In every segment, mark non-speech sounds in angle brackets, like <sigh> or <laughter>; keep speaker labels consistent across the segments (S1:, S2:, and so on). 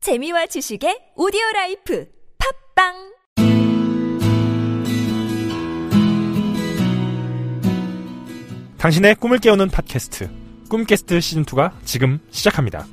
S1: 재미와 지식의 오디오 라이프 팝빵
S2: 당신의 꿈을 깨우는 팟캐스트 꿈캐스트 시즌 2가 지금 시작합니다.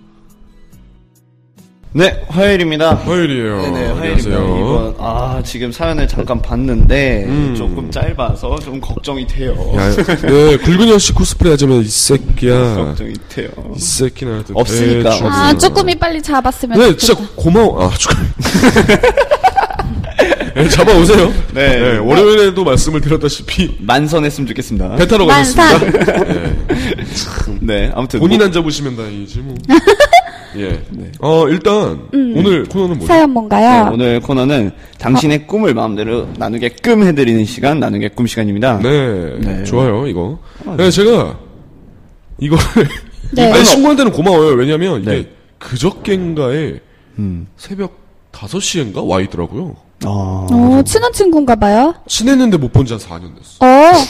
S3: 네, 화요일입니다.
S4: 화요일이에요.
S3: 네네, 화요일입니다.
S4: 어, 안녕하세요.
S3: 이번, 아, 지금 사연을 잠깐 봤는데,
S4: 음.
S3: 조금 짧아서 좀 걱정이 돼요.
S4: 야, 네, 굵은 여씨 코스프레 하자면 이 새끼야.
S3: 걱정이 돼요.
S4: 이 새끼는 또
S3: 없으니까.
S4: 대충.
S5: 아, 쭈꾸미 빨리 잡았으면
S4: 네,
S5: 좋겠다.
S4: 진짜 고마워. 아, 쭈꾸미. <laughs> 네, 잡아오세요.
S3: 네.
S4: 월요일에도 말씀을 드렸다시피
S3: 만선했으면 좋겠습니다.
S4: 배 타러
S5: 만사.
S4: 가셨습니다.
S3: 네, 아무튼.
S4: 본인
S3: 뭐-
S4: 안 잡으시면 다행이지
S5: <laughs>
S4: 뭐. 예. 어, 일단 오늘 코너는 뭐죠?
S5: 음. 사연
S3: 네,
S5: 뭔가요?
S3: 오늘 코너는 당신의 꿈을 마음대로 나누게끔 해드리는 시간, 나누게끔 시간입니다.
S4: 네,
S3: 네. 어,
S4: 좋아요 이거. 네, 제가 이거를
S5: 네.
S4: 아니, 친구한테는 고마워요. 왜냐면 이게
S3: 네.
S4: 그저께인가에
S3: 음.
S4: 새벽 5시인가 와 있더라고요.
S3: 어,
S5: 오, 친한 친구인가 봐요.
S4: 친했는데 못 본 지 한 4년 됐어.
S5: 어,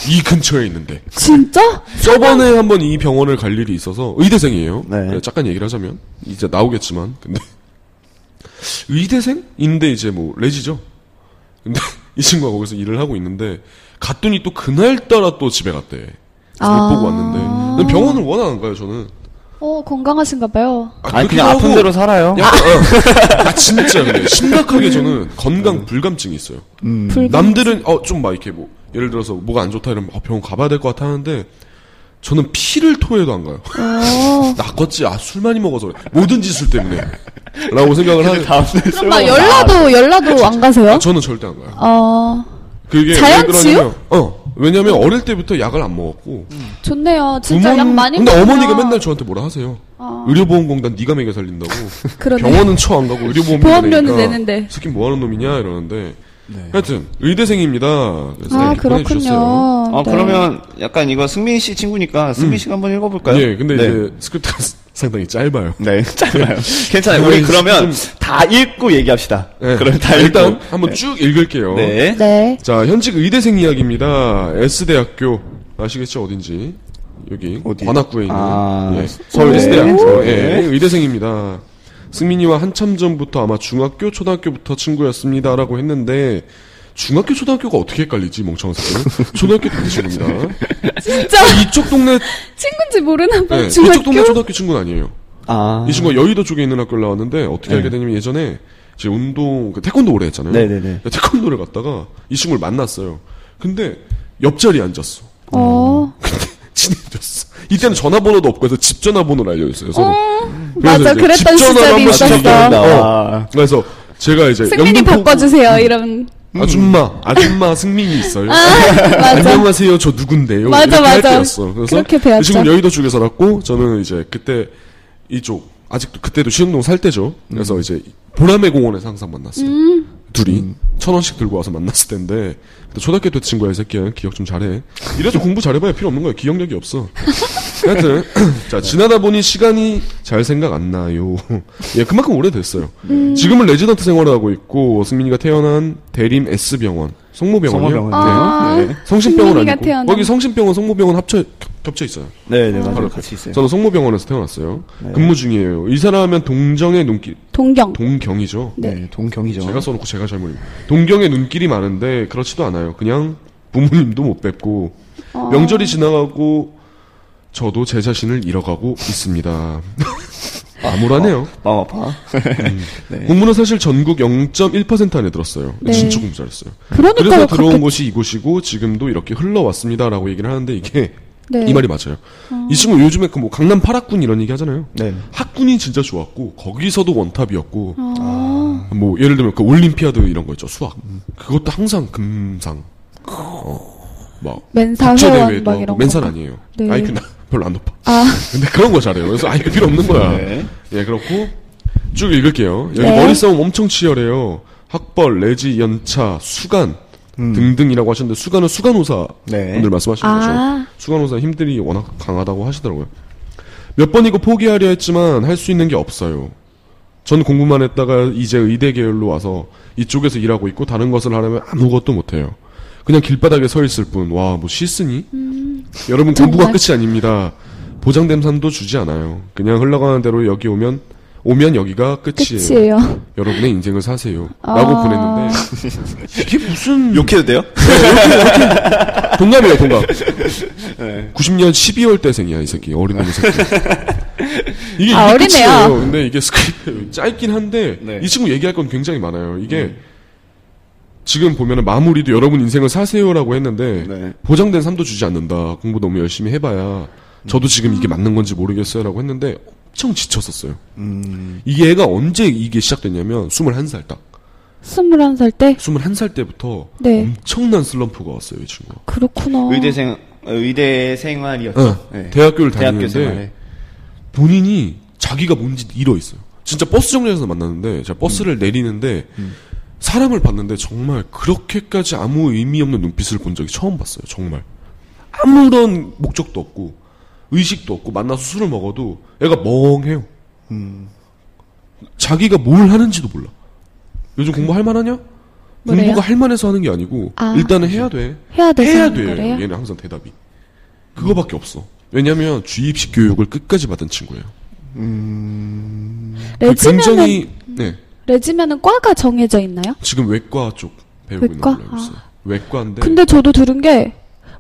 S4: 이 근처에 있는데.
S5: 진짜?
S4: 저번에 한 번 이 병원을 갈 일이 있어서 의대생이에요.
S3: 네.
S4: 네, 잠깐 얘기를 하자면 이제 나오겠지만 근데 <laughs> 의대생인데 이제 뭐 레지죠. 근데 <laughs> 이 친구가 거기서 일을 하고 있는데 갔더니 또 그날 따라 또 집에 갔대. 그래서
S5: 아.
S4: 못 보고 왔는데 근데 병원을 워낙 안 가요 저는.
S5: 어, 건강하신가 봐요.
S3: 아니,
S4: 그렇기도
S3: 그냥 아픈
S4: 하고
S3: 대로 살아요.
S4: 약간, 어. 아, 진짜 근데 심각하게 저는 건강 불감증이 있어요.
S5: 네. 불
S4: 남들은 어 좀 막 이렇게 뭐 예를 들어서 뭐가 안 좋다 이러면 어, 병원 가봐야 될 것 같아 하는데 저는 피를 토해도 안 가요. <laughs>
S5: 어.
S4: 낚었지 아 술 많이 먹어서 그래. 뭐든지 술 때문에 라고 생각을 하는
S3: 다음날
S5: 그럼 막 연락도, 연락도 안 가세요?
S4: 아. 저는 절대 안 가요.
S5: 어,
S4: 그게 왜
S5: 자연 치유?
S4: 그러냐면 어 왜냐면 어릴 때부터 약을 안 먹었고
S5: 좋네요. 진짜 약 많이 아.
S4: 근데
S5: 먹으면-
S4: 어머니가 맨날 저한테 뭐라 하세요. 의료보험공단 네가 먹여 살린다고.
S5: 그러네.
S4: 병원은 처 안 가고 의료보험료
S5: 보험료는
S4: 내니까
S5: 내는데.
S4: 새끼 뭐하는 놈이냐 이러는데.
S3: 네.
S4: 하여튼 의대생입니다. 그래서
S5: 아,
S4: 이렇게
S5: 그렇군요.
S4: 네, 보내주셨어요. 아,
S3: 어,
S5: 네.
S3: 그러면 약간 이거 승민 씨 친구니까 승민 씨가 한번 읽어볼까요?
S4: 음. 예, 근데
S3: 네.
S4: 이제 스크립트가 <laughs> 상당히 짧아요.
S3: 네, <laughs>
S4: <laughs>
S3: 짧아요. 괜찮아요. 우리
S4: 네,
S3: 그러면 다 읽고 얘기합시다.
S4: 네.
S3: 그럼 다 읽고.
S4: 일단 어. 한번 쭉 읽을게요.
S3: 네.
S5: 네.
S4: 자, 현직 의대생 이야기입니다. S대학교 아시겠죠? 어딘지. 여기
S3: 어디?
S4: 관악구에 있는
S3: 아,
S4: 예.
S3: 서울
S4: S대학교. 예.
S3: 네.
S4: 의대생입니다. 승민이와 한참 전부터 아마 중학교, 초등학교부터 친구였습니다라고 했는데 중학교, 초등학교가 어떻게 헷갈리지? 멍청한 새끼. 초등학교 때 친구입니다.
S3: <laughs>
S5: 진짜 <laughs>
S4: 이쪽 동네
S5: 친구인지 모르나 봐요.
S4: 네, 이쪽 동네
S5: 중학교?
S4: 초등학교 친구는 아니에요.
S3: 아. 네.
S4: 이 친구가 여의도 쪽에 있는 학교를 나왔는데 어떻게 알게 되냐면 예전에 제 운동 그 태권도 오래 했잖아요.
S3: 네네네.
S4: 태권도를 갔다가 이 친구를 만났어요. 근데 옆자리에 앉았어. <laughs> 음.
S5: 어,
S4: 친해졌어. 이때는 전화번호도 없고 해서 집 전화번호를 알려줬어요. 서로.
S5: 맞아.
S4: 이제
S5: 그랬던
S4: 집 전화로
S5: 시절이
S4: 한번
S5: 있었어.
S4: 시작해본다.
S3: 아.
S4: 그래서 제가 이제
S5: 승민이
S4: 영등포구
S5: 바꿔주세요. 이런.
S4: 아줌마, 아줌마 승민이 있어요.
S5: <laughs> 맞아.
S4: 안녕하세요, 저 누군데요?
S5: 맞아,
S4: 이렇게
S5: 맞아.
S4: 할 때였어. 그래서
S5: 그렇게 배웠죠.
S4: 지금 여의도 쪽에 살았고 저는 이제 그때 이쪽 아직도 그때도 시흥동 살 때죠.
S5: 음.
S4: 그래서 이제 보라매 공원에서 항상 만났어요. 둘이 천 원씩 들고 와서 만났을 텐데 그때 초등학교 때 친구야 이 새끼야 기억 좀 잘해. 이래서 공부 잘해봐야 필요 없는 거야. 기억력이 없어. 하여튼 <clears throat> 자 지나다 보니 시간이 잘 생각 안 나요. <laughs> 예, 그만큼 오래됐어요.
S5: 음.
S4: 지금은 레지던트 생활을 하고 있고 승민이가 태어난 대림 S 병원, 성모병원이요.
S3: 성모병원.
S5: 아,
S3: 네.
S4: 성신병원
S5: 승민이가
S4: 아니고
S5: 태어난-
S4: 거기 성신병원, 성모병원 합쳐 겹쳐 있어요.
S3: 네, 네, 맞아요.
S4: 바로
S3: 같이 있어요.
S4: 저는 성모병원에서 태어났어요. 근무 중이에요. 이사라면 동정의 눈길,
S5: 동경.
S4: 동경이죠.
S3: 네, 동경이죠.
S4: 제가 써놓고 제가 잘못입니다. 동경의 눈길이 많은데 그렇지도 않아요. 그냥 부모님도 못 뵙고
S5: 아.
S4: 명절이 지나가고 저도 제 자신을 잃어가고 있습니다. <laughs> 암울하네요.
S3: 마음
S4: <laughs>
S3: 아파.
S4: 공부는 사실 전국 0.1% 안에 들었어요.
S5: 네.
S4: 진짜 공부 잘했어요.
S5: 그러니까요,
S4: 그래서 들어온
S5: 그렇겠-
S4: 곳이 이곳이고 지금도 이렇게 흘러왔습니다라고 얘기를 하는데 이게
S5: 네.
S4: 이 말이 맞아요. 이 친구 요즘에 그 뭐 강남 8학군 이런 얘기 하잖아요.
S3: 네.
S4: 학군이 진짜 좋았고 거기서도 원탑이었고
S5: 아.
S4: 뭐 예를 들면 그 올림피아드 이런 거 있죠 수학 그것도 항상 금상 어, 막
S5: 맨사 회원
S4: 국제대회도
S5: 막
S4: 하고
S5: 이런
S4: 맨살
S5: 거.
S4: 아니에요.
S5: 네.
S4: 아이큐 나 <laughs> 별로 안 높아.
S5: 아.
S4: <laughs> 근데 그런 거 잘해요. 그래서 아이큐 필요 없는 거야.
S3: 네.
S4: 예 그렇고 쭉 읽을게요. 여기
S5: 네.
S4: 머리 싸움 엄청 치열해요. 학벌, 레지, 연차, 수간 등등이라고 하셨는데 수간은 수간호사
S3: 네.
S4: 분들 말씀하시는
S5: 아.
S4: 거죠. 수간호사 힘들이 워낙 강하다고 하시더라고요. 몇 번이고 포기하려 했지만 할 수 있는 게 없어요. 전 공부만 했다가 이제 의대 계열로 와서 이쪽에서 일하고 있고 다른 것을 하려면 아무것도 못해요. 그냥 길바닥에 서 있을 뿐. 와, 뭐 실수니? 여러분 공부가
S5: 음. 정말.
S4: 끝이 아닙니다. 보장됨 산도 주지 않아요. 그냥 흘러가는 대로 여기 오면 오면 여기가 끝이에요.
S5: 끝이에요.
S4: 여러분의 인생을 사세요. 라고
S5: 아. <laughs>
S4: 보냈는데 이게 무슨
S3: 욕해도 돼요?
S4: 동갑이에요, 동갑.
S3: 네.
S4: 90년 12월 때생이야, 이 새끼. 어린놈의 새끼. 이게,
S5: 아,
S4: 이게
S5: 어리네요.
S4: 끝이에요. 근데 이게 스크립트 짧긴 한데
S3: 음. 네. 음.
S4: 이 친구 얘기할 건 굉장히 많아요. 이게 지금 보면은 마무리도 여러분 인생을 사세요라고 했는데
S3: 네.
S4: 보장된 삶도 주지 않는다. 공부 너무 열심히 해봐야
S3: 음.
S4: 저도 지금 이게 맞는 건지 모르겠어요라고 했는데 엄청 지쳤었어요.
S3: 음.
S4: 이게 애가 언제 이게 시작됐냐면 21살 딱.
S5: 21살 때?
S4: 21살 때부터
S5: 네.
S4: 엄청난 슬럼프가 왔어요, 이 친구가.
S5: 그렇구나.
S3: 의대생 어, 의대 생활이었죠.
S4: 어,
S3: 네.
S4: 대학교를
S3: 대학교
S4: 다니는데
S3: 생활에
S4: 본인이 자기가 뭔지 잃어 있어요. 진짜 버스 정류장에서 만났는데 제가 버스를 내리는데 사람을 봤는데 정말 그렇게까지 아무 의미 없는 눈빛을 본 적이 처음 봤어요. 정말 아무런 목적도 없고 의식도 없고 만나서 술을 먹어도 애가 멍해요. 자기가 뭘 하는지도 몰라. 요즘 공부 할 만하냐?
S5: 뭐래요?
S4: 공부가 할 만해서 하는 게 아니고
S5: 아.
S4: 일단은 해야 돼.
S5: 해야 돼서
S4: 해야
S5: 하는
S4: 돼요. 예.
S5: 거래요?
S4: 얘는 항상 대답이 그거밖에 없어. 왜냐하면 주입식 교육을 끝까지 받은 친구예요.
S5: 네,
S4: 그러니까
S5: 레지면은,
S4: 그 굉장히 네
S5: 레지면은 과가 정해져 있나요?
S4: 지금 외과 쪽 배우고
S5: 외과? 아.
S4: 있는 걸로 알고 있어요. 외과인데
S5: 근데 저도 들은 게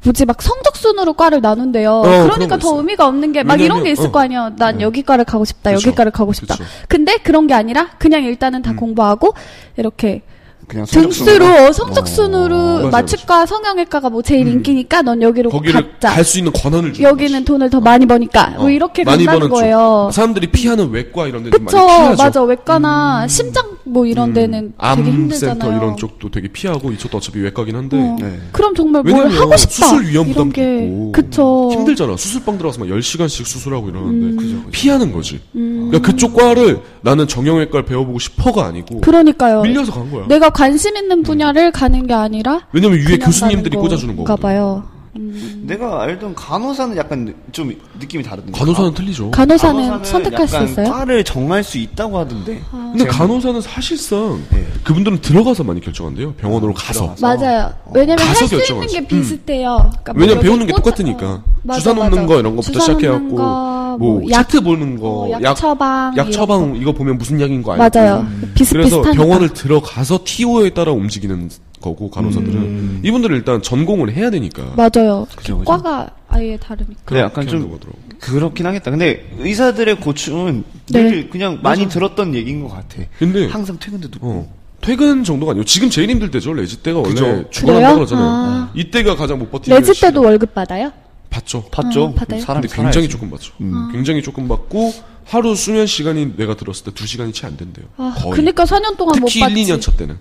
S5: 뭐지 막 성적 순으로 과를 나눈대요.
S4: 그런
S5: 그러니까
S4: 거
S5: 더
S4: 있어요.
S5: 의미가 없는 게 막 이런
S4: 왜냐면,
S5: 게 있을
S4: 어.
S5: 거 아니야. 난
S4: 네.
S5: 여기 과를 가고 싶다.
S4: 그쵸.
S5: 여기 과를 가고 싶다.
S4: 그쵸. 음.
S5: 근데 그런 게 아니라 그냥 일단은 다 공부하고 이렇게
S3: 그냥 성적순으로.
S5: 등수로 어, 성적 순으로
S4: 아, 어, 맞아요, 음.
S5: 마축과 성형외과가 뭐 제일 인기니까 넌 여기로
S4: 거기를
S5: 갔자.
S4: 갈 수 있는 권한을 주는
S5: 여기는 돈을 더 많이 버니까
S4: 거죠.
S5: 뭐 이렇게
S4: 많이
S5: 간다는
S4: 버는
S5: 거예요.
S4: 쪽. 사람들이 피하는 외과 이런 데좀 많이
S5: 그쵸
S4: 피하죠. 음.
S5: 맞아 외과나 심장 뭐 이런 데는 되게
S4: 암센터
S5: 힘들잖아요.
S4: 이런 쪽도 되게 피하고 이쪽도 어차피 외과긴 한데
S5: 어.
S3: 네.
S5: 그럼 정말 뭘
S4: 왜냐면
S5: 하고 싶다
S4: 수술 위험
S5: 이런
S4: 부담도
S5: 게
S4: 있고
S5: 그쵸 음.
S4: 힘들잖아 수술방 들어가서 막 10시간씩 수술하고 이러는데 피하는 거지 그러니까 그쪽 과를 나는 정형외과를 배워보고 싶어가 아니고
S5: 그러니까요
S4: 밀려서 간 거야
S5: 내가 관심 있는 분야를 가는 게 아니라
S4: 왜냐면 위에
S5: 그냥
S4: 교수님들이
S5: 가는
S4: 꽂아주는
S5: 건가
S4: 거거든
S5: 봐요 음.
S3: 내가 알던 간호사는 약간 좀 느낌이 다르던데. 아,
S4: 간호사는 틀리죠
S5: 간호사는, 선택할 수
S3: 약간
S5: 있어요 아,
S3: 과를 정할 수 있다고 하던데.
S4: 근데 간호사는 사실상
S3: 네.
S4: 그분들은 들어가서 많이 결정한대요 병원으로 가서
S3: 들어가서.
S5: 맞아요 왜냐면
S4: 가서
S5: 할 수 있는
S4: 결정하지.
S5: 게 비슷해요 그러니까 뭐
S4: 음. 왜냐면
S5: 여기
S4: 배우는 게
S5: 꽂아-
S4: 똑같으니까
S5: 어, 맞아,
S4: 주사 놓는
S5: 맞아.
S4: 거 이런 것부터
S5: 주사 놓는
S4: 시작해갖고
S5: 거,
S4: 뭐
S5: 약-
S4: 차트 보는 거
S5: 어, 약
S4: 약-
S5: 처방
S4: 약
S5: 이런
S4: 처방 이거 보면 무슨 약인 거 알고
S5: 맞아요
S4: 그래서
S5: 비슷비슷하니까
S4: 병원을 들어가서 TO에 따라 움직이는 거고 간호사들은
S3: 음.
S4: 이분들은 일단 전공을 해야 되니까
S5: 맞아요
S3: 그죠, 그죠.
S5: 과가 아예 다르니까
S3: 그래 약간
S4: 그렇게 하는
S3: 좀
S4: 거더라고.
S3: 그렇긴 하겠다. 근데 의사들의 고충은
S5: 네.
S3: 늘 그냥 많이 들었던 얘기인 것 같아.
S4: 근데
S3: 항상 퇴근
S5: 음,
S3: 때도
S4: 어, 퇴근 정도가 아니고 지금 제일 힘들 때죠 레지 때가 원래
S3: 그죠.
S4: 출근한다고
S5: 그래요?
S4: 그러잖아요 어.
S5: 아.
S4: 이때가 가장 못 버티는
S5: 레즈
S4: 시기라.
S5: 때도 월급 받아요?
S4: 봤죠
S3: 봤죠.
S5: 아, 받아요?
S3: 사람이
S4: 근데 굉장히
S3: 살아야지.
S4: 조금 받죠
S5: 음.
S4: 굉장히 조금 받고 하루 수면 시간이 내가 들었을 때 두시간이 채 안 된대요
S5: 아,
S4: 거의
S5: 그니까 4년 동안 못
S4: 특히
S5: 봤지.
S4: 1, 2년 차 때는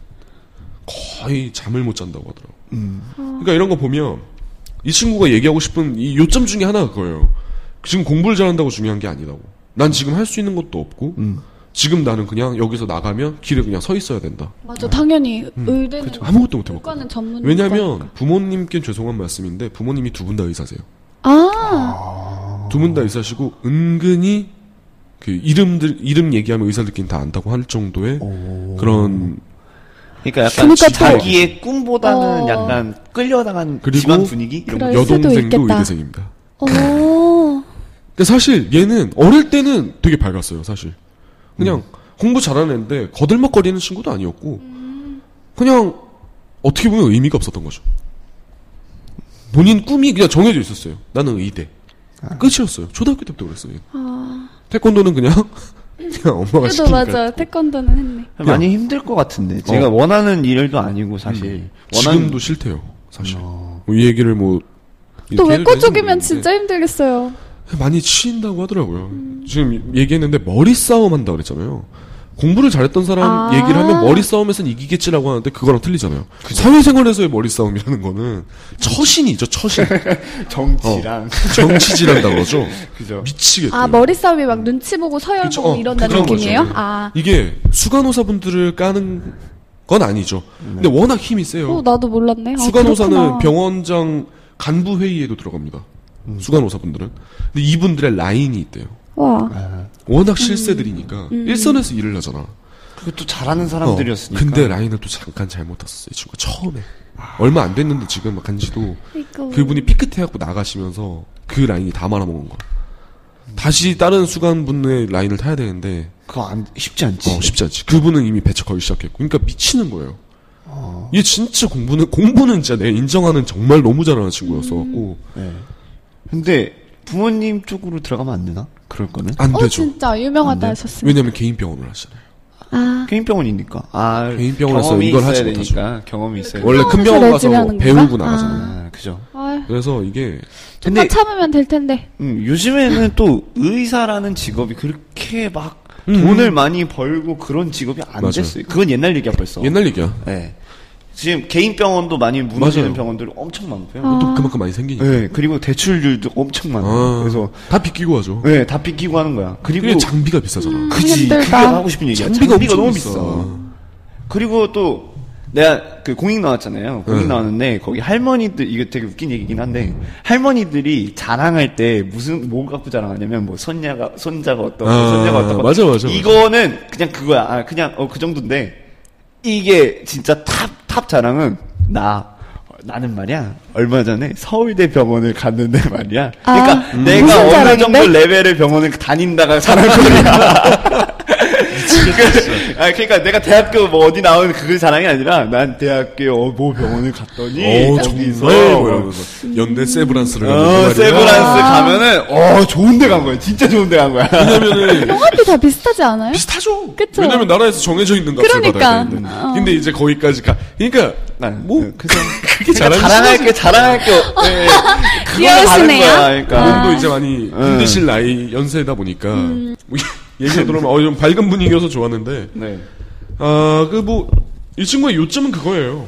S4: 거의 잠을 못 잔다고 하더라고. 그러니까 이런 거 보면 이 친구가 얘기하고 싶은 이 요점 중에 하나가 그거예요. 지금 공부를 잘한다고 중요한 게 아니라고. 난 지금 할 수 있는 것도 없고 지금 나는 그냥 여기서 나가면 길에 그냥 서 있어야 된다.
S5: 맞아, 당연히 의대는
S4: 음, 그렇죠. 아무것도 못 해먹고.
S5: 의과는 전문.
S4: 왜냐하면 부모님께 죄송한 말씀인데 부모님이 두 분 다 의사세요.
S5: 아,
S4: 두 분 다 의사시고 은근히 그 이름들 이름 얘기하면 의사들끼리 다 안다고 할 정도의 그런
S3: 그러니까 약간
S5: 그러니까 또-
S3: 자기의 꿈보다는
S5: 어.
S3: 약간 끌려나간
S4: 그리고
S3: 집안 분위기 이런 거.
S5: 그럴 수도
S4: 여동생도
S5: 있겠다.
S4: 의대생입니다.
S5: 어,
S4: 근데 사실 얘는 어릴 때는 되게 밝았어요, 사실. 그냥
S3: 음.
S4: 공부 잘하는 애인데 거들먹거리는 친구도 아니었고
S5: 음.
S4: 그냥 어떻게 보면 의미가 없었던 거죠. 본인 꿈이 그냥 정해져 있었어요. 나는 의대.
S3: 아.
S4: 끝이었어요. 초등학교 때부터 그랬어요. 태권도는
S5: <laughs>
S4: 그냥 그냥 엄마가
S5: 아. 그래도
S4: 시키니까.
S5: 맞아, 태권도는 했네.
S3: 많이 힘들 것 같은데. 제가 원하는 일도 아니고 사실. 원하는
S4: 어. 음.
S3: 어.
S4: 지금도 싫대요, 사실. 뭐이 얘기를 뭐
S5: 또
S4: 이렇게
S5: 외과
S4: 해도 되는지
S5: 쪽이면
S4: 모르겠는데.
S3: 네.
S5: 진짜 힘들겠어요.
S4: 많이 치인다고 하더라고요. 지금 얘기했는데 머리 싸움 한다 그랬잖아요. 공부를 잘했던 사람
S5: 아.
S4: 얘기를 하면 머리 싸움에서는 이기겠지라고 하는데 그거랑 틀리잖아요. 사회생활에서의 머리 싸움이라는 거는
S3: <laughs>
S4: 처신이죠, 처신.
S3: 어. 정치랑
S4: 정치질한다고 그러죠.
S3: 그죠.
S4: 미치겠다.
S5: 아, 머리 싸움이 막 눈치 보고 서열
S4: 그쵸,
S5: 보고
S4: 어,
S5: 이런다는
S4: 그런 거죠.
S5: 느낌이에요?
S4: 네.
S5: 아,
S4: 이게 수간호사분들을 까는 건 아니죠.
S3: 네.
S4: 근데 워낙 힘이 세요.
S5: 어, 나도 몰랐네. 아,
S4: 수간호사는
S5: 그렇구나.
S4: 병원장 간부 회의에도 들어갑니다.
S3: 음.
S4: 수간호사분들은. 근데 이분들의 라인이 있대요.
S5: 와, 음.
S4: 워낙 실세들이니까 일선에서 일을 하잖아.
S3: 그것도 잘하는 사람들이었으니까.
S4: 어, 근데 라인을 또 잠깐 잘못 탔어 이 친구 가 처음에 얼마 안 됐는데 지금 막 간지도
S5: 아이고.
S4: 그분이 삐끗해갖고 나가시면서 그 라인이 다 말아먹은 거야. 다시 다른 수간분의 라인을 타야 되는데
S3: 그거 안, 쉽지 않지.
S4: 어, 쉽지 않지. 그분은 이미 배척하기 시작했고. 그러니까 미치는 거예요.
S3: 어.
S4: 얘 진짜 공부는, 공부는 진짜 내가 인정하는 정말 너무 잘하는
S5: 음.
S4: 친구였어갖고.
S3: 근데 부모님 쪽으로 들어가면 안 되나? 그럴 거는?
S4: 안
S5: 어,
S4: 되죠. 네.
S5: 진짜 유명하다 하셨습니다.
S4: 왜냐면 개인 병원을 하시잖아요.
S5: 아,
S3: 개인 병원이니까. 아,
S4: 개인 병원에서
S3: 경험이
S4: 이걸
S3: 있어야
S4: 하지 못하죠.
S3: 되니까. 경험이 있어야
S4: 원래 큰 병원 가서
S5: 네. 레즈를 하는 건가?
S4: 배우고 나가잖아요.
S3: 아, 그죠.
S5: 아유,
S4: 그래서 이게
S5: 좀만
S3: 근데
S4: 아,
S5: 참으면 될 텐데.
S3: 음, 요즘에는 또 의사라는 직업이 그렇게 막 돈을 많이 벌고 그런 직업이 안
S4: 음. 맞아요.
S3: 됐어요. 그건 옛날 얘기야 벌써.
S4: 옛날 얘기야.
S3: 예. 지금 개인 병원도 많이 무너지는
S4: 맞아요.
S3: 병원들이 엄청 많고요.
S5: 아.
S4: 또 그만큼 많이 생기니까.
S5: 네.
S3: 예, 그리고 대출률도 엄청 많아요.
S4: 아,
S3: 그래서
S4: 다 비끼고 하죠.
S3: 예, 다 비키고 하는 거야.
S4: 그리고
S3: 그리고
S4: 장비가 비싸잖아.
S5: 음.
S3: 그지
S5: 힘들다.
S3: 그게 하고 싶은 얘기야.
S4: 음. 장비가
S3: 장비가,
S4: 엄청
S3: 너무
S4: 비싸.
S3: 비싸. 그리고 또 내가 그 공익 나왔잖아요. 공익
S4: 네.
S3: 나왔는데 거기 할머니들 이거 되게 웃긴 얘기긴 한데 할머니들이 자랑할 때 무슨 뭐 갖고 자랑하냐면 뭐 손녀가 손자가 어떻고
S4: 아,
S3: 손녀가 어떻고
S4: 맞아, 맞아, 맞아.
S3: 이거는 그냥 그거야. 아, 그냥 어 그 정도인데 이게 진짜 탑 탑 자랑은 나 어, 나는 말이야 얼마 전에 서울대 병원을 갔는데 <laughs> 말이야
S5: 아,
S3: 그러니까
S5: 음.
S3: 내가
S5: 무슨
S3: 어느
S5: 자랑인데?
S3: 정도 레벨의 병원을 다닌다가
S4: <laughs>
S3: 자랑거리야 그, 아, 그러니까 내가 대학교 뭐 어디 나온 그 자랑이 아니라 난 대학교 어, 뭐 병원을 갔더니
S4: 어,
S3: 거기서
S4: 정말 뭐 이러면서 연대 세브란스를 가는
S3: 어,
S4: 그 말이야.
S3: 세브란스 가면은 어 좋은 데 간 거야 진짜 좋은 데 간 거야 <laughs>
S4: 왜냐면은
S5: <laughs> 형한테 다 비슷하지 않아요?
S4: 비슷하죠.
S5: 그쵸?
S4: 왜냐면 나라에서 정해져 있는 값을 받아야
S5: 그러니까.
S4: 되는데. 근데 이제 거기까지 가. 그러니까 뭐
S3: 네, 그래서
S4: <laughs> 그게
S3: 그러니까
S4: 잘하는
S3: 자랑할 게 자랑할 게 예, 예. 그거는 다른
S5: 귀여우시네요.
S3: 거야 그러니까
S4: 몸도 이제 많이 힘드실 나이 연세다 보니까
S5: 음.
S4: 뭐 <laughs> 얘기를 들어보면 어, 좀 밝은 분위기여서 좋았는데
S3: 네.
S4: 아그 뭐 이 친구의 요점은 그거예요.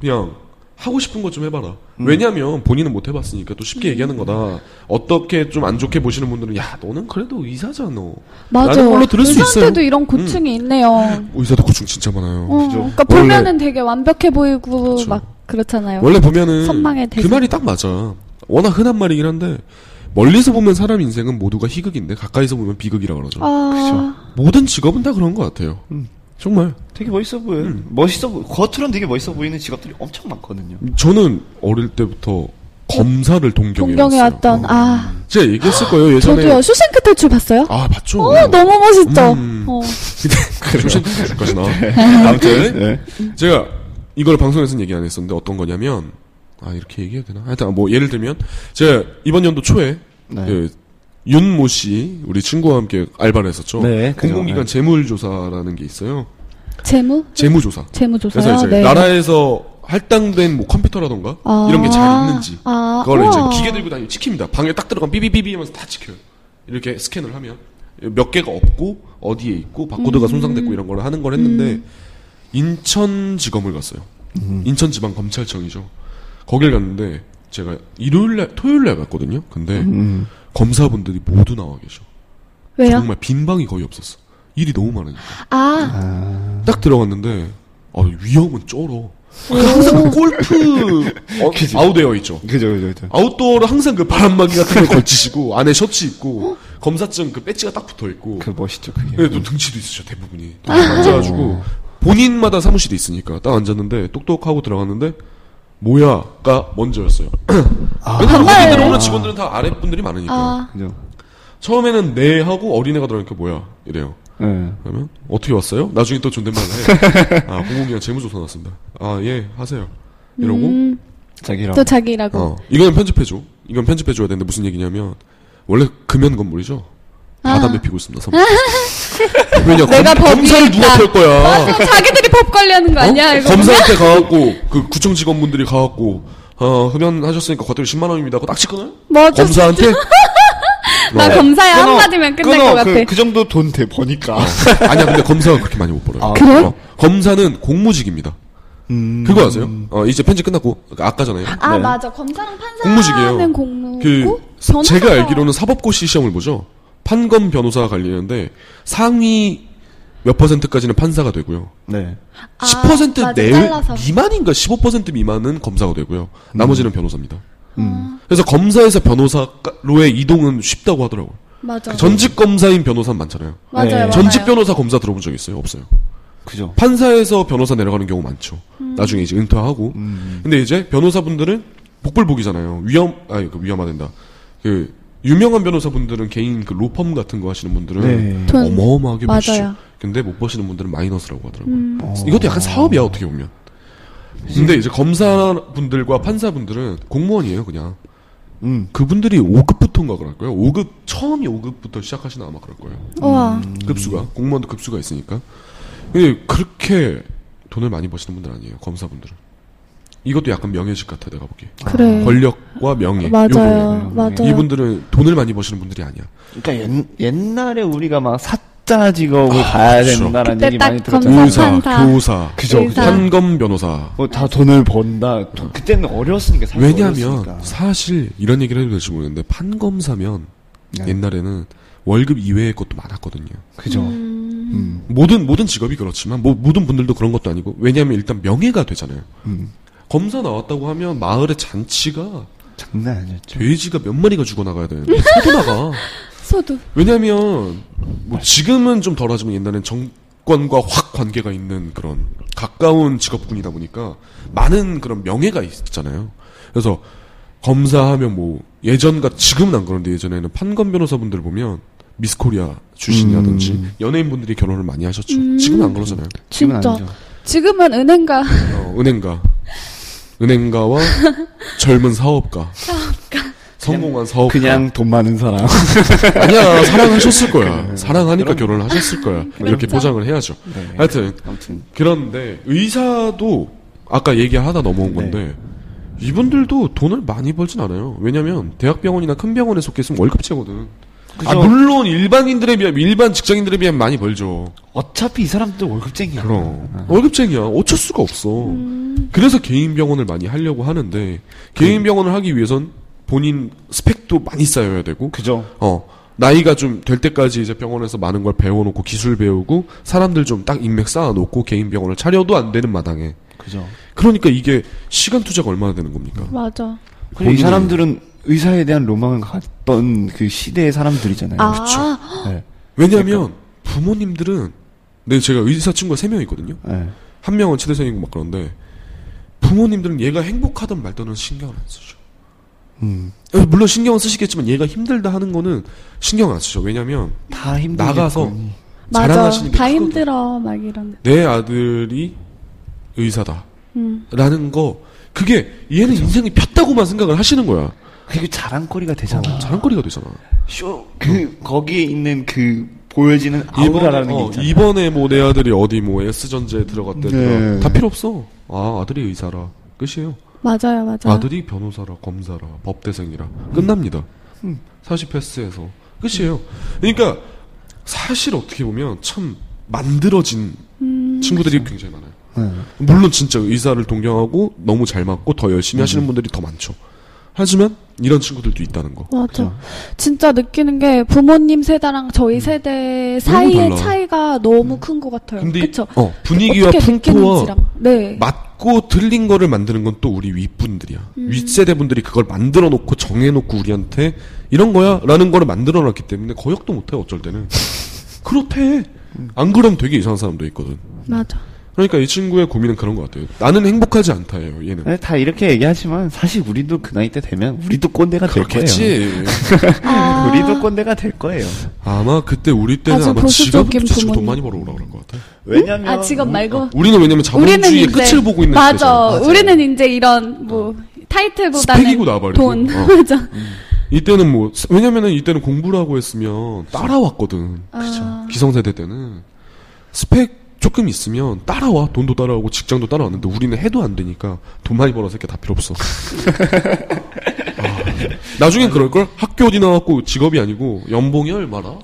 S4: 그냥 하고 싶은 거 좀 해봐라. 왜냐하면 본인은 못 해봤으니까 또 쉽게 얘기하는 거다. 어떻게 좀 안 좋게 보시는 분들은 야 너는 그래도 의사잖아.
S5: 맞아.
S4: 라는 걸로 들을 수 있어요.
S5: 의사한테도 이런 고충이 있네요.
S4: 의사도 고충 진짜 많아요.
S5: 어, 그러니까
S4: 원래-
S5: 보면은 되게 완벽해 보이고
S4: 그쵸.
S5: 막 그렇잖아요.
S4: 원래 보면은
S5: 선망의
S4: 그
S5: 대상.
S4: 말이 딱 맞아. 워낙 흔한 말이긴 한데 멀리서 보면 사람 인생은 모두가 희극인데 가까이서 보면 비극이라 그러죠.
S5: 아,
S4: 모든 직업은 다 그런 것 같아요.
S5: 음.
S4: 정말
S3: 되게 멋있어 보여
S4: 음.
S3: 요 멋있어 보 겉으로는 되게 멋있어 보이는 직업들이 엄청 많거든요
S4: 저는 어릴 때부터 검사를 동경해
S5: 동경에
S4: 그렇죠. 왔어요.
S5: 왔던 아
S4: 제가 얘기했을 거예요 예전에.
S5: 저도요 쇼생크 탈출 봤어요.
S4: 아 맞죠.
S5: 어 너무 멋있죠.
S4: 음.
S5: 어.
S4: 조심까지 나.
S3: 아무튼
S4: <laughs> 제가 이걸 방송에서는 얘기 안 했었는데 어떤 거냐면 아 이렇게 얘기해도 되나? 하여튼 뭐 예를 들면 제가 이번 연도 초에
S3: 네.
S4: 그 윤모 씨 우리 친구와 함께 알바를 했었죠.
S3: 네, 그죠.
S4: 공공기관 재물조사라는 게 있어요.
S5: 재무
S4: 재무조사. 그래서
S5: 재무조사요.
S4: 이제
S5: 네.
S4: 나라에서 할당된 뭐 컴퓨터라던가
S5: 아.
S4: 이런 게 잘 있는지
S5: 아,
S4: 그거를
S5: 우와.
S4: 이제 기계 들고 다니면 찍힙니다. 방에 딱 들어가면 삐비비비 하면서 다 찍혀요. 이렇게 스캔을 하면 몇 개가 없고 어디에 있고 바코드가
S5: 음.
S4: 손상됐고 이런 걸 하는 걸 했는데 인천지검을 갔어요.
S5: 음.
S4: 인천지방검찰청이죠. 거길 갔는데 제가 일요일날 토요일날 갔거든요. 근데 검사분들이 모두 나와 계셔.
S5: 음. 왜요?
S4: 정말 빈 방이 거의 없었어. 일이 너무 많으니까.
S5: 아
S4: 딱 들어갔는데 아, 위험은 쩔어.
S5: 음.
S4: 항상
S5: <laughs>
S4: 골프 어, 아웃되어 있죠.
S3: 그죠 그죠 그죠
S4: 아웃도어로 항상 그 바람막이 같은
S5: <laughs>
S4: 거 걸치시고 안에 셔츠 입고 검사증 그 배지가 딱 붙어 있고
S3: 그 멋있죠 그게
S4: 네, 또 등치도 있으셔 대부분이 딱 앉아가지고 본인마다 사무실이 있으니까 딱 앉았는데 똑똑하고 들어갔는데 뭐야가 먼저였어요.
S5: <clears throat>
S4: 왜냐면
S5: 아. 정말?
S4: 거기 들어오는 직원들은 다 아래 분들이 많으니까
S5: 아.
S3: 그죠
S4: 처음에는 네 하고 어린애가 들어오니까 뭐야 이래요.
S3: 예.
S4: 그러면 어떻게 왔어요? 나중에 또 존댓말을
S5: <laughs>
S4: 해. 아 공공기관 재무조사 나왔습니다. 아 예 하세요.
S5: 음.
S4: 이러고
S3: 자기랑
S5: 또 자기라고.
S4: 어 이건 편집해줘. 이건 편집해줘야 되는데 무슨 얘기냐면 원래 금연 건물이죠. 다 담배 피고 있습니다. 사무실. 왜냐
S5: 아. 내가
S4: 검,
S5: 법
S4: 검사를
S5: 위에
S4: 누가
S5: 있다.
S4: 펼 거야. 어?
S5: 맞아, 자기들이 법 관리하는 거 아니야? 이거
S4: 검사한테 가갖고 그 구청 직원분들이 가갖고 어 흡연 하셨으니까 과태료 10만 원입니다. 그거 딱지 끊어요?
S5: 맞아.
S4: 검사한테
S5: 뭐
S4: 어.
S5: 나 검사야 한마디면 끝날
S3: 끊어.
S5: 것 같아.
S3: 그, 그 정도 돈 돼 버니까
S4: <laughs>
S3: <laughs>
S4: 아니야 근데 검사가 그렇게 많이 못 벌어요.
S5: 아, 그래요?
S4: 어, 검사는 공무직입니다.
S3: 음.
S4: 그거 아세요? 어 이제 편집 끝났고 아까 전에
S5: 아 맞아 검사랑 판사는
S4: 네. 공무직이에요.
S5: 공무고
S4: 그
S5: 변호사가-
S4: 제가 알기로는 사법고시 시험을 보죠. 판검 변호사가 갈리는데 상위 몇 퍼센트까지는 판사가 되고요.
S3: 네
S4: 10%
S5: 맞아,
S4: 내
S5: 잘라서.
S4: 미만인가 15% 미만은 검사가 되고요. 나머지는
S5: 아.
S4: 변호사입니다. 그래서 검사에서 변호사로의 이동은 쉽다고 하더라고요.
S5: 맞아
S4: 전직 검사인 변호사는 많잖아요.
S5: 맞아요,
S3: 네.
S5: 맞아요.
S4: 전직 변호사 검사 들어본 적 있어요? 없어요.
S3: 그죠
S4: 판사에서 변호사 내려가는 경우 많죠.
S5: 음.
S4: 나중에 이제 은퇴하고. 근데 이제 변호사분들은 복불복이잖아요. 위험, 아니, 아, 그 위험하된다. 그, 유명한 변호사분들은 개인 그 로펌 같은 거 하시는 분들은
S3: 네.
S5: 돈-
S4: 어마어마하게
S5: 맞아요. 음.
S4: 버시죠. 근데 못 버시는 분들은 마이너스라고 하더라고요. 이것도 약간 사업이야 어떻게 보면. 근데 이제 검사분들과 판사분들은 공무원이에요 그냥.
S3: 음.
S4: 그분들이 5급부터인가 그럴 거예요. 5급 처음이 5급부터 시작하시나 아마 그럴 거예요.
S5: 와.
S4: 음. 급수가 공무원도 급수가 있으니까. 근데 그렇게 돈을 많이 버시는 분들 아니에요 검사분들은. 이것도 약간 명예직 같아 내가 보기에.
S5: 그래.
S4: 권력과 명예. 음, 요 분야.
S5: 음. 맞아요. 맞아요.
S4: 이분들은 돈을 많이 버시는 분들이 아니야.
S3: 그러니까 옛, 옛날에 우리가 막 사자 직업을 가야
S4: 그렇죠.
S3: 된다라는
S5: 그때
S3: 얘기
S5: 딱
S3: 많이 들었잖아요.
S5: 음. 검사-
S4: 의사,
S5: 판사.
S4: 교사,
S5: 그죠, 그죠.
S4: 판검 변호사.
S3: 어, 다 돈을 번다. 돈- 어. 그때는 어려웠으니까 사실
S4: 왜냐하면
S3: 어려웠으니까.
S4: 사실 이런 얘기를 해도 될지 모르겠는데 판검사면
S3: 네.
S4: 옛날에는 월급 이외의 것도 많았거든요.
S3: 그죠.
S5: 음.
S4: 모든 모든 직업이 그렇지만 뭐 모든 분들도 그런 것도 아니고 왜냐하면 일단 명예가 되잖아요. 검사 나왔다고 하면 마을의 잔치가
S3: 장난 아니었죠.
S4: 돼지가 몇 마리가 죽어 나가야 되는데 서도 나가.
S5: 소두.
S4: 왜냐하면 뭐 지금은 좀 덜하지만 옛날엔 정권과 확 관계가 있는 그런 가까운 직업군이다 보니까 많은 그런 명예가 있잖아요. 그래서 검사하면 뭐 예전과 지금은 안 그런데 예전에는 판검 변호사분들 보면 미스코리아 출신이라든지 연예인분들이 결혼을 많이 하셨죠. 지금은 안 그러잖아요.
S3: 지금은
S5: 진짜.
S3: 아니죠.
S5: 지금은 은행가.
S4: 어, 은행가, 은행가와 젊은 사업가. 성공한 사업가.
S3: 어, 그냥 돈 많은 사람.
S4: 아니야 사랑하셨을 거야 사랑하니까 결혼을 하셨을 거야 이렇게 포장을 해야죠
S3: 네.
S4: 하여튼
S3: <laughs> 아무튼
S4: 그런데 의사도 아까
S3: 네.
S4: 얘기하다 넘어온 건데 이분들도 돈을 많이 벌진 않아요 왜냐면 대학병원이나 큰 병원에 속해 있으면 월급제거든 아,
S3: 그죠.
S4: 물론 일반인들에 비하면 일반 직장인들에 비하면 많이 벌죠
S3: 어차피 이 사람들 월급쟁이야.
S4: 그럼 월급쟁이야 어쩔 수가 없어 그래서 개인 병원을 많이 하려고 하는데 개인 병원을 하기 위해선 본인 스펙도 많이 쌓여야 되고
S3: 그죠.
S4: 어. 나이가 좀 될 때까지 이제 병원에서 많은 걸 배워놓고 기술 배우고 사람들 좀 딱 인맥 쌓아놓고 개인 병원을 차려도 안 되는 마당에
S3: 그죠.
S4: 그러니까 이게 시간 투자가 얼마나 되는 겁니까?
S5: 맞아.
S3: 그리고 이 사람들은 의사에 대한 로망을 갖던 그 시대의 사람들이잖아요.
S5: 아,
S3: 네.
S4: 왜냐하면 부모님들은 네 제가 의사 친구가 세 명 있거든요.
S3: 네.
S4: 한 명은 치대생이고 막 그런데 부모님들은 얘가 행복하든 말든 신경을 안 쓰죠.
S3: 음.
S4: 어, 물론 신경은 쓰시겠지만 얘가 힘들다 하는 거는 신경 안 쓰죠. 왜냐하면
S3: 다그 힘들고
S4: 나가서
S5: 맞아.
S4: 자랑하시는 게
S5: 다
S4: 크거든.
S5: 힘들어. 막 이런.
S4: 내 아들이 의사다.
S5: 음.
S4: 라는 거 그게 얘는 인생이 폈다고만 생각을 하시는 거야. 어,
S3: 그게 자랑거리가 되잖아.
S4: 자랑거리가 되잖아.
S3: 쇼그 거기에 있는 그 보여지는 아우라라는 게
S4: 어,
S3: 있잖아.
S4: 이번에 뭐 내 아들이 어디 뭐 S 전제에 들어갔대.
S3: 네.
S4: 들어가. 다 필요 없어. 아 아들이 의사라 끝이에요.
S5: 맞아요. 맞아요.
S4: 아들이 변호사라 검사라 법대생이라 끝납니다.
S5: 음.
S4: 사실 패스해서 끝이에요. 그러니까 사실 어떻게 보면 참 만들어진
S5: 음.
S4: 친구들이 굉장히 많아요.
S3: 네.
S4: 물론 진짜 의사를 동경하고 너무 잘 맞고 더 열심히
S5: 음.
S4: 하시는 분들이 더 많죠. 하지만 이런 친구들도 있다는 거.
S5: 맞아. 진짜 느끼는 게 부모님 세대랑 저희 세대 사이의
S4: 음. 달라. 음.
S5: 차이가 너무 큰 것 같아요.
S4: 근데
S5: 그쵸?
S4: 어, 분위기와
S5: 어떻게
S4: 풍토와
S5: 느끼는지랑. 네.
S4: 맞고 들린 거를 만드는 건 또 우리 윗분들이야.
S5: 음.
S4: 윗세대 분들이 그걸 만들어 놓고 정해 놓고 우리한테 이런 거야 라는 거를 만들어 놨기 때문에 거역도 못 해 어쩔
S5: <laughs>
S4: 때는. 그렇대.
S5: 음.
S4: 안 그럼 되게 이상한 사람도 있거든.
S5: 맞아.
S4: 그러니까 이 친구의 고민은 그런 것 같아요. 나는 행복하지 않다예요. 얘는.
S3: 네, 다 이렇게 얘기하지만 사실 우리도 그 나이 때 되면 우리도 꼰대가 될 거예요.
S4: 그렇겠지.
S5: 아,
S3: 우리도 꼰대가 될 거예요.
S4: <laughs> 아마 그때 우리 때는
S5: 아주
S4: 아마 지갑
S5: 보수적인
S4: 붙여서 돈
S5: 부모님.
S4: 많이 벌어오라 그럴 것 같아.
S3: 왜냐면 뭐
S5: 아, 직업 말고.
S4: 우리는 왜냐면 어, 자본주의의 끝을 보고 있는
S5: 네. 맞아.
S4: 시대잖아.
S5: 우리는 이제 이런 뭐 타이틀보다는
S4: 스펙이고 나발이고.
S5: 돈.
S4: 어.
S5: <laughs> 맞아.
S4: 이때는 뭐 스- 왜냐면은 이때는 공부라고 했으면 따라왔거든.
S5: 아.
S4: 기성세대 때는 스펙 조금 있으면 따라와 돈도 따라오고 직장도 따라왔는데 우리는 해도 안 되니까 돈 많이 벌어서 이렇게 다 필요
S3: <laughs>
S4: 없어. 아, 나중엔 그럴 걸 학교 어디 나왔고 직업이 아니고 연봉이
S3: <laughs>
S4: 얼마나?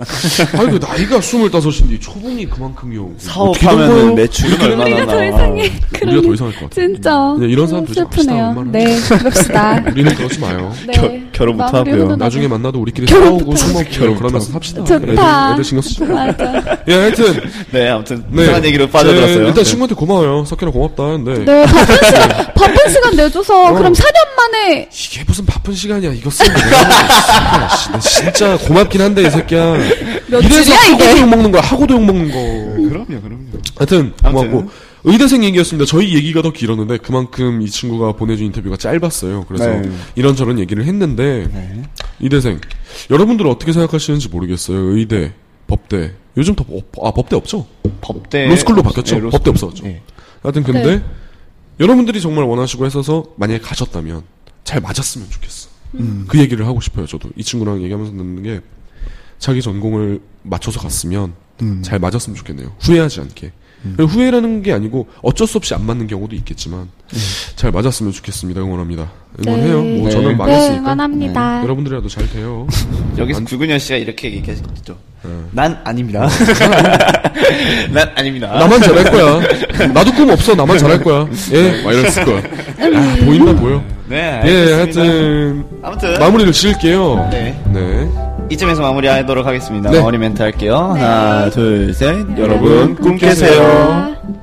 S4: 아니 그 나이가 스물다섯인데 초봉이 그만큼이요. 어떻게 된 거예요?
S3: 사업하면 매출이 얼마나
S5: 우리가 더
S3: 나와.
S5: 이상해.
S4: 우리가 더 이상할 것 같아.
S5: 진짜.
S4: 그냥 이런 사람 되지 맙시다,
S5: 슬프네요.
S4: 얼마나.
S5: 네. <laughs> 그럽시다.
S4: 우리는 그러지 마요.
S5: 네.
S3: 결- 결혼 못
S5: 마무리
S3: 하고요.
S5: 훈훈하게.
S4: 나중에 만나도 우리끼리
S5: 결혼
S4: 싸우고
S5: 못하고.
S4: 술
S3: 결혼
S4: 먹고 그러면서 삽시다.
S5: 좋다.
S4: 애들, 애들 신경 쓰지 마.
S5: 맞아.
S4: 예, 하여튼
S3: 네, 아무튼
S4: 네.
S3: 이상한 얘기로 빠져들었어요.
S4: 네, 일단 친구한테 고마워요. 석현아 고맙다. 근데
S5: <laughs> 네, 어. 바쁜 시간, 바쁜 시간 내줘서 그럼 4년 만에
S4: 이게 무슨 바쁜 시간이야. 이거 쓰는 거 내가 씨, 나 진짜 고맙긴 한데 이 새끼야. 이래서
S5: 며칠이야,
S4: 하고도
S5: 이게?
S4: 욕 먹는 거야. 하고도 욕 먹는 거.
S3: 그럼요, 그럼요.
S4: 하여튼
S3: 아무튼.
S4: 고맙고 의대생 얘기였습니다. 저희 얘기가 더 길었는데 그만큼 이 친구가 보내준 인터뷰가 짧았어요. 그래서
S3: 네.
S4: 이런저런 얘기를 했는데 이대생. 여러분들은 어떻게 생각하시는지 모르겠어요. 의대, 법대. 요즘 더, 법- 아, 법대 없죠?
S3: 법대 네,
S4: 로스쿨로 바뀌었죠?
S3: 로스쿨.
S4: 법대 없어졌죠?
S3: 네.
S4: 하여튼 근데, 여러분들이 정말 원하시고 해서서, 만약에 가셨다면, 잘 맞았으면 좋겠어.
S5: 음.
S4: 그 얘기를 하고 싶어요, 저도. 이 친구랑 얘기하면서 듣는 게, 자기 전공을 맞춰서 갔으면,
S3: 음.
S4: 잘 맞았으면 좋겠네요. 후회하지 않게. 그리고 후회라는 게 아니고, 어쩔 수 없이 안 맞는 경우도 있겠지만, 잘 맞았으면 좋겠습니다. 응원합니다. 응원해요.
S5: 네.
S4: 뭐,
S3: 네. 네.
S4: 저는
S5: 네,
S4: 망했으니까.
S5: 응원합니다.
S4: 여러분들이라도 잘 돼요.
S3: 여기서 구근현 씨가 이렇게 얘기했죠. 난 아닙니다. 난 아닙니다.
S4: 나만 잘할 거야. 나도 꿈 없어. 나만 잘할 거야. 예, 막 이랬을 거야.
S5: 음.
S4: 아, 보인다 보여.
S3: 네.
S4: 예,
S3: 알겠습니다.
S4: 하여튼
S3: 아무튼
S4: 마무리를 지을게요.
S3: 네.
S4: 네.
S3: 이쯤에서 마무리하도록 하겠습니다.
S4: 네.
S3: 마무리 멘트 할게요. 하나, 둘, 셋. 네. 여러분 꿈
S5: 네.
S3: 깨세요.